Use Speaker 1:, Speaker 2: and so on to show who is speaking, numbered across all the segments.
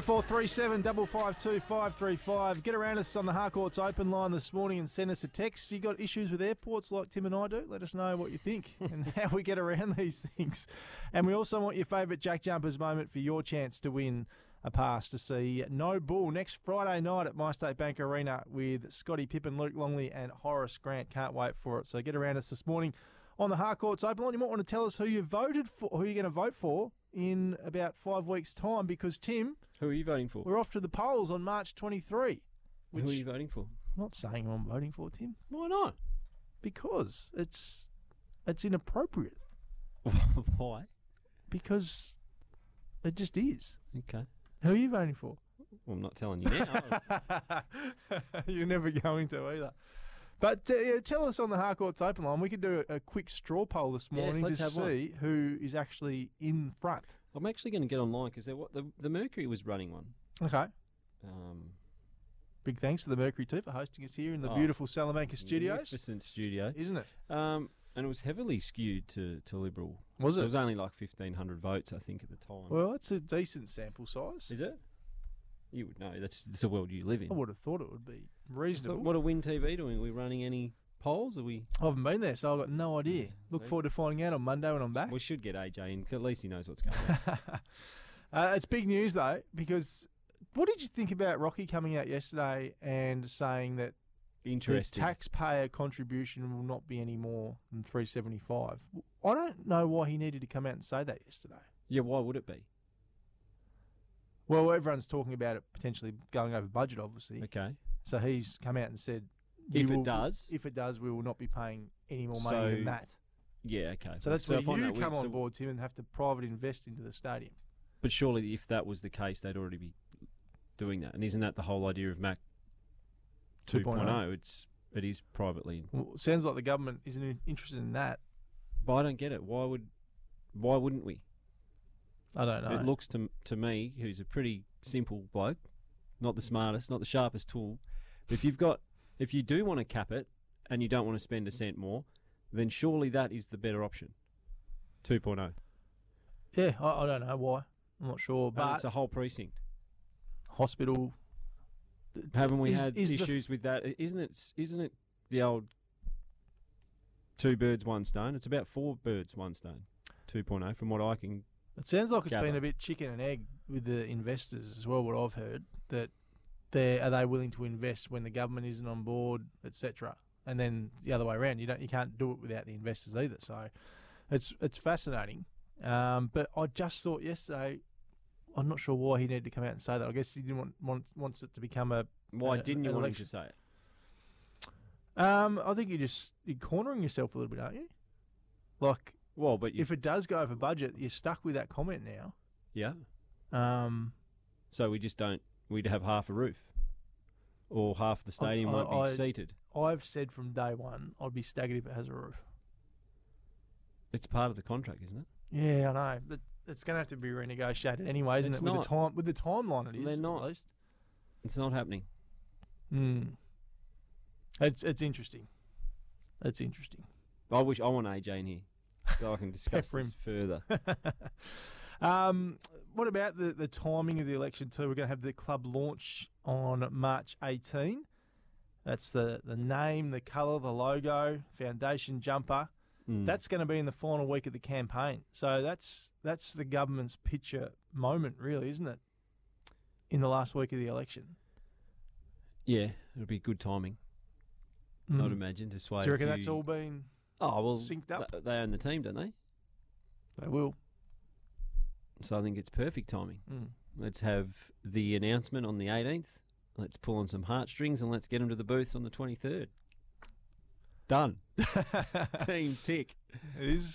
Speaker 1: 0437 552 535. Get around us on the Harcourts open line this morning and send us a text. You got issues with airports like Tim and I do? Let us know what you think and how we get around these things. And we also want your favourite Jack Jumpers moment for your chance to win a pass to see No Bull next Friday night at My State Bank Arena with Scotty Pippen, Luke Longley, and Horace Grant. Can't wait for it. So get around us this morning on the Harcourts Open line. You might want to tell us who you voted for, who you're going to vote for in about five weeks' time, because Tim,
Speaker 2: Who are you voting for?
Speaker 1: we're off to the polls on March 23. Which
Speaker 2: Who are you voting for?
Speaker 1: I'm not saying who I'm voting for, Tim,
Speaker 2: Why not?
Speaker 1: because it's it's inappropriate.
Speaker 2: Why?
Speaker 1: Because it just is.
Speaker 2: Okay.
Speaker 1: Who are you voting for?
Speaker 2: Well, I'm not telling you now.
Speaker 1: You're never going to either. But uh, yeah, tell us on the Harcourts Open line. We could do a, a quick straw poll this
Speaker 2: Yes,
Speaker 1: morning
Speaker 2: let's
Speaker 1: to
Speaker 2: have one.
Speaker 1: see who is actually in front.
Speaker 2: I'm actually going to get online because the, the Mercury was running one.
Speaker 1: Okay.
Speaker 2: Um,
Speaker 1: Big thanks to the Mercury too for hosting us here in the
Speaker 2: Oh,
Speaker 1: beautiful Salamanca studios,
Speaker 2: Magnificent studio.
Speaker 1: isn't it?
Speaker 2: Um, and it was heavily skewed to, to Liberal.
Speaker 1: Was
Speaker 2: There
Speaker 1: it?
Speaker 2: was only like 1,500 votes, I think, at the time.
Speaker 1: Well, that's a decent sample size.
Speaker 2: Is it? You would know. That's, that's the world you live in.
Speaker 1: I would have thought it would be
Speaker 2: But
Speaker 1: reasonable.
Speaker 2: what are Win TV doing? Are we running any polls? Are we?
Speaker 1: I haven't been there, so I've got no idea. Look
Speaker 2: see?
Speaker 1: forward to finding out on Monday when I'm back.
Speaker 2: We should get AJ in. 'cause At least he knows what's going on.
Speaker 1: Uh, it's big news though, because what did you think about Rocky coming out yesterday and saying that the
Speaker 2: Interesting.
Speaker 1: taxpayer contribution will not be any more than three seventy five? I don't know why he needed to come out and say that yesterday.
Speaker 2: yeah. Why would it be?
Speaker 1: Well, everyone's talking about it potentially going over budget, obviously.
Speaker 2: Okay.
Speaker 1: So he's come out and said,
Speaker 2: If
Speaker 1: "You
Speaker 2: it
Speaker 1: will-
Speaker 2: does."
Speaker 1: if it does, we will not be paying any more money
Speaker 2: So-
Speaker 1: than that."
Speaker 2: Yeah. Okay.
Speaker 1: So that's
Speaker 2: if I
Speaker 1: where
Speaker 2: know
Speaker 1: you
Speaker 2: we-
Speaker 1: come on
Speaker 2: so-
Speaker 1: board, Tim, and have to private invest into the stadium.
Speaker 2: But surely, if that was the case, they'd already be doing that. And isn't that the whole idea of Mac
Speaker 1: 2.0?
Speaker 2: 2.0? It's it is privately,
Speaker 1: oh. Well, it sounds like the government isn't in- interested in that.
Speaker 2: but I don't get it. Why would why wouldn't we?
Speaker 1: I don't know.
Speaker 2: It looks to to me, who's a pretty simple bloke, not the smartest, not the sharpest tool. But if you've got if you do want to cap it and you don't want to spend a cent more, then surely that is the better option. oh. 2.0.
Speaker 1: yeah, I, I don't know why. I'm not sure,
Speaker 2: But
Speaker 1: but
Speaker 2: it's a whole precinct.
Speaker 1: hospital.
Speaker 2: Haven't we
Speaker 1: Is-
Speaker 2: had
Speaker 1: is the
Speaker 2: issues
Speaker 1: f-
Speaker 2: with that? I- Isn't it? s- Isn't it the old two birds, one stone? It's about four birds, one stone. 2.0, from what I can.
Speaker 1: It sounds like it's been
Speaker 2: gather.
Speaker 1: a bit chicken and egg with the investors as well. What I've heard that they are they willing to invest when the government isn't on board, etc. And then the other way around, you don't you can't do it without the investors either. So it's it's fascinating. Um, but I just thought yesterday, I'm not sure why he needed to come out and say that. I guess he didn't want, want wants it to become a
Speaker 2: Why
Speaker 1: an-
Speaker 2: didn't you
Speaker 1: an
Speaker 2: want him
Speaker 1: Uh, election.
Speaker 2: to say it?
Speaker 1: Um, I think you just you're cornering yourself a little bit, aren't you? Like,
Speaker 2: Well, but you,
Speaker 1: if it does go over budget, you're stuck with that comment now.
Speaker 2: yeah.
Speaker 1: Um,
Speaker 2: So we just don't. We'd have half a roof, or half the stadium
Speaker 1: I-
Speaker 2: might be
Speaker 1: I-
Speaker 2: seated.
Speaker 1: I've said from day one, I'd be staggered if it has a roof.
Speaker 2: It's part of the contract, isn't it?
Speaker 1: Yeah, I know, but it's going to have to be renegotiated anyway, isn't
Speaker 2: It's
Speaker 1: it? With
Speaker 2: not.
Speaker 1: the time, with the timeline, it is.
Speaker 2: They're not.
Speaker 1: At least.
Speaker 2: It's not happening.
Speaker 1: Hmm. It's it's interesting. It's interesting.
Speaker 2: I wish I want AJ in here so I can discuss
Speaker 1: Pepper him.
Speaker 2: this further.
Speaker 1: Um, what about the, the timing of the election too? We're going to have the club launch on March 18. That's the, the name, the colour, the logo, foundation jumper.
Speaker 2: Mm.
Speaker 1: That's going to be in the final week of the campaign. So that's that's the government's picture moment, really, isn't it? In the last week of the election.
Speaker 2: yeah. It'll be good timing.
Speaker 1: Mm.
Speaker 2: I'd imagine to sway.
Speaker 1: Do you
Speaker 2: a
Speaker 1: reckon that's
Speaker 2: few-
Speaker 1: all been?
Speaker 2: Oh well,
Speaker 1: synced up?
Speaker 2: th- They own the team, don't they?
Speaker 1: They will.
Speaker 2: So I think it's perfect timing.
Speaker 1: Mm.
Speaker 2: Let's have the announcement on the 18th. Let's pull on some heartstrings and let's get them to the booth on the 23rd. Done. Team tick.
Speaker 1: It is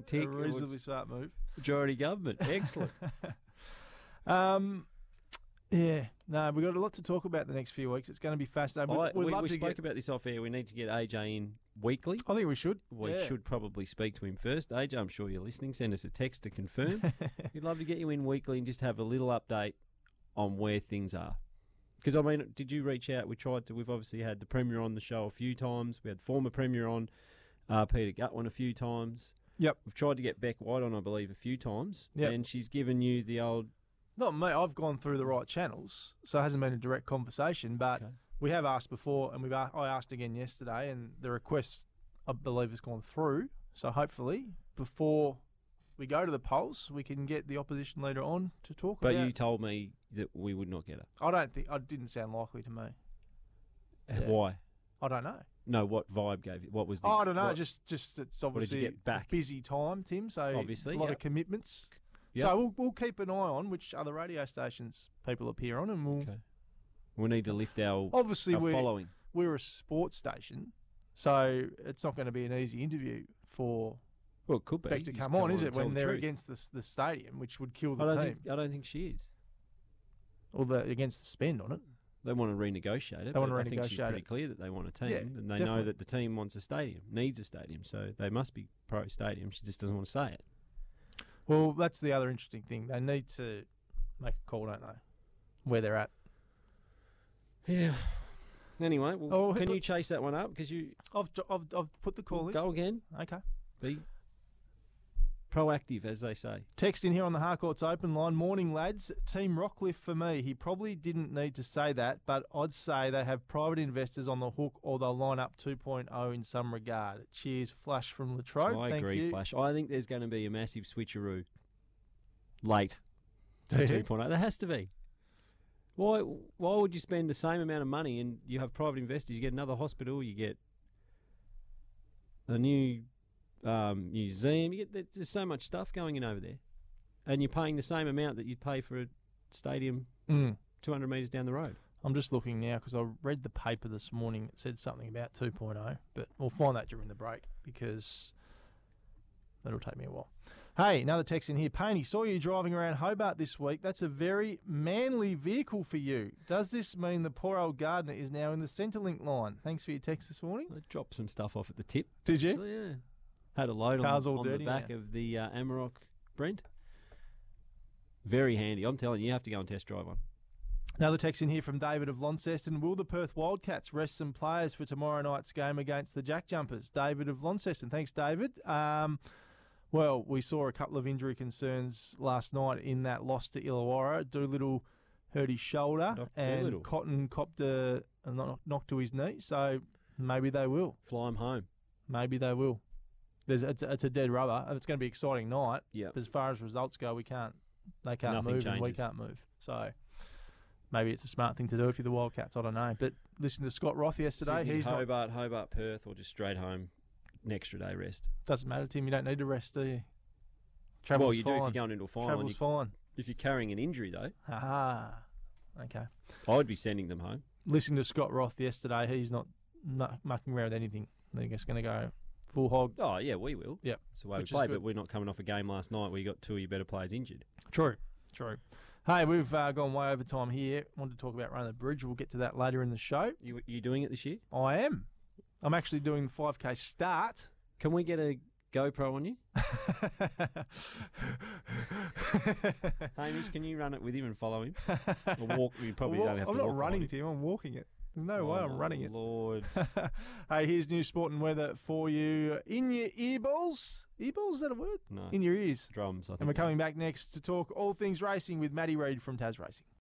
Speaker 1: a
Speaker 2: tick.
Speaker 1: reasonably smart move.
Speaker 2: Majority government. Excellent.
Speaker 1: Um, yeah, no, we've got a lot to talk about the next few weeks. It's going to be fascinating.
Speaker 2: I,
Speaker 1: We'd, we'd
Speaker 2: we
Speaker 1: love
Speaker 2: we
Speaker 1: to
Speaker 2: spoke
Speaker 1: get.
Speaker 2: about this off air. We need to get AJ in weekly.
Speaker 1: I think we should.
Speaker 2: We
Speaker 1: Yeah.
Speaker 2: should probably speak to him first. AJ, I'm sure you're listening. Send us a text to confirm. We'd love to get you in weekly and just have a little update on where things are. Because, I mean, did you reach out? We tried to. We've obviously had the Premier on the show a few times. We had former Premier on, uh, Peter Gutwin, a few times.
Speaker 1: Yep.
Speaker 2: We've tried to get Beck White on, I believe, a few times.
Speaker 1: Yep.
Speaker 2: And she's given you the old.
Speaker 1: Not me. I've gone through the right channels, so it hasn't been a direct conversation. But
Speaker 2: Okay.
Speaker 1: we have asked before, and we've a- I asked again yesterday, and the request I believe has gone through. So hopefully, before we go to the polls, we can get the opposition leader on to talk
Speaker 2: But
Speaker 1: about.
Speaker 2: you told me that we would not get her.
Speaker 1: I don't think. I didn't sound likely to me. Yeah.
Speaker 2: Why?
Speaker 1: I don't know.
Speaker 2: No, what vibe gave you? What was the.
Speaker 1: I don't know.
Speaker 2: what-
Speaker 1: just, just it's
Speaker 2: did you
Speaker 1: obviously
Speaker 2: get back?
Speaker 1: a busy time, Tim. So
Speaker 2: Obviously,
Speaker 1: a lot
Speaker 2: yep.
Speaker 1: of commitments.
Speaker 2: Yep.
Speaker 1: So we'll, we'll keep an eye on which other radio stations people appear on, and we'll
Speaker 2: Okay. We need to lift our,
Speaker 1: obviously
Speaker 2: our
Speaker 1: we're
Speaker 2: following.
Speaker 1: we're a sports station, so it's not going to be an easy interview for
Speaker 2: Well, it could be.
Speaker 1: Beck to
Speaker 2: Just
Speaker 1: come on, is
Speaker 2: and
Speaker 1: it?
Speaker 2: tell
Speaker 1: When
Speaker 2: the
Speaker 1: they're
Speaker 2: truth.
Speaker 1: against the, s- the stadium, which would kill
Speaker 2: I
Speaker 1: the
Speaker 2: don't
Speaker 1: team,
Speaker 2: think I don't think she is.
Speaker 1: or the against the spend on it.
Speaker 2: They want to renegotiate it.
Speaker 1: They
Speaker 2: but
Speaker 1: wanna
Speaker 2: I think she's
Speaker 1: renegotiate
Speaker 2: pretty
Speaker 1: it.
Speaker 2: clear that they want a team,
Speaker 1: Yeah,
Speaker 2: and they know
Speaker 1: definitely.
Speaker 2: that the team wants a stadium, needs a stadium, so they must be pro stadium. She just doesn't want to say it.
Speaker 1: Well, that's the other interesting thing. They need to make a call, don't they? Where they're at.
Speaker 2: Yeah. Anyway, well,
Speaker 1: Oh,
Speaker 2: can
Speaker 1: but-
Speaker 2: you chase that one up? Because you
Speaker 1: I've I've, I've put the call in.
Speaker 2: go again.
Speaker 1: Okay.
Speaker 2: Be proactive, as they say.
Speaker 1: Text in here on the Harcourt's open line. Morning, lads. Team Rockcliffe for me. He probably didn't need to say that, but I'd say they have private investors on the hook or they'll line up 2.0 in some regard. Cheers, Flash from Latrobe.
Speaker 2: I
Speaker 1: Thank
Speaker 2: agree,
Speaker 1: you.
Speaker 2: Flash. I think there's going to be a massive switcheroo late.
Speaker 1: Do you?
Speaker 2: 2.0. There has to be. Why? Why would you spend the same amount of money and you have private investors? You get another hospital. You get a new um, museum. You get there- there's so much stuff going in over there, and you're paying the same amount that you'd pay for a stadium
Speaker 1: Mm.
Speaker 2: 200 meters down the road.
Speaker 1: I'm just looking now because I read the paper this morning. It said something about 2.0, but we'll find that during the break because that'll take me a while. Hey, another text in here. Paney, saw you driving around Hobart this week. That's a very manly vehicle for you. Does this mean the poor old gardener is now in the Centrelink line? Thanks for your text this morning.
Speaker 2: I dropped some stuff off at the tip.
Speaker 1: Did you?
Speaker 2: actually, yeah. Had a load
Speaker 1: Car's
Speaker 2: on,
Speaker 1: all
Speaker 2: on the
Speaker 1: dirty
Speaker 2: back
Speaker 1: now.
Speaker 2: of the uh, Amarok Brent. Very handy. I'm telling you, you have to go and test drive one.
Speaker 1: Another text in here from David of Launceston. Will the Perth Wildcats rest some players for tomorrow night's game against the Jack Jumpers? David of Launceston. Thanks, David. Um, well, we saw a couple of injury concerns last night in that loss to Illawarra. Doolittle hurt his shoulder,
Speaker 2: Doc
Speaker 1: and
Speaker 2: Doolittle.
Speaker 1: Cotton copped a, a knock, knock to his knee. So maybe they will.
Speaker 2: Fly 'em home.
Speaker 1: Maybe they will. There's, it's, it's a dead rubber. It's going to be an exciting night.
Speaker 2: Yeah.
Speaker 1: But as far as results go, we can't. They can't
Speaker 2: Nothing
Speaker 1: move, and we
Speaker 2: changes.
Speaker 1: can't move. So maybe it's a smart thing to do if you're the Wildcats. I don't know. But listen to Scott Roth yesterday.
Speaker 2: Sydney,
Speaker 1: He's not.
Speaker 2: Hobart, Hobart, Perth, or just straight home. An extra day rest.
Speaker 1: Doesn't matter, Tim. You don't need to rest, do you? Travel's
Speaker 2: Well, you
Speaker 1: fine.
Speaker 2: do if you're going into a final. and
Speaker 1: Travel's
Speaker 2: You,
Speaker 1: fine.
Speaker 2: if you're carrying an injury, though,
Speaker 1: Aha. Okay.
Speaker 2: I would be sending them home.
Speaker 1: Listening to Scott Roth yesterday. He's not mu- mucking around with anything. They're just going to go full hog.
Speaker 2: Oh yeah, we will.
Speaker 1: Yep.
Speaker 2: It's the way
Speaker 1: Which is
Speaker 2: we play,
Speaker 1: good.
Speaker 2: but we're not coming off a game last night where you got two of your better players injured.
Speaker 1: True. True. Hey, we've uh, gone way over time here. Wanted to talk about running the bridge. We'll get to that later in the show.
Speaker 2: You you doing it this year?
Speaker 1: I am. I'm actually doing the 5K start.
Speaker 2: Can we get a GoPro on you, Hamish? Can you run it with him and follow him? Or walk? You probably
Speaker 1: Well,
Speaker 2: don't have
Speaker 1: I'm
Speaker 2: to
Speaker 1: not
Speaker 2: walk
Speaker 1: running,
Speaker 2: behind him.
Speaker 1: Tim. I'm walking it. There's no way
Speaker 2: Oh,
Speaker 1: I'm running it.
Speaker 2: Lord,
Speaker 1: hey, here's new sport and weather for you in your earballs. Earballs, is that a word?
Speaker 2: no
Speaker 1: In your ears.
Speaker 2: drums. I think
Speaker 1: And we're coming back next to talk all things racing with Maddie Reid from Taz Racing.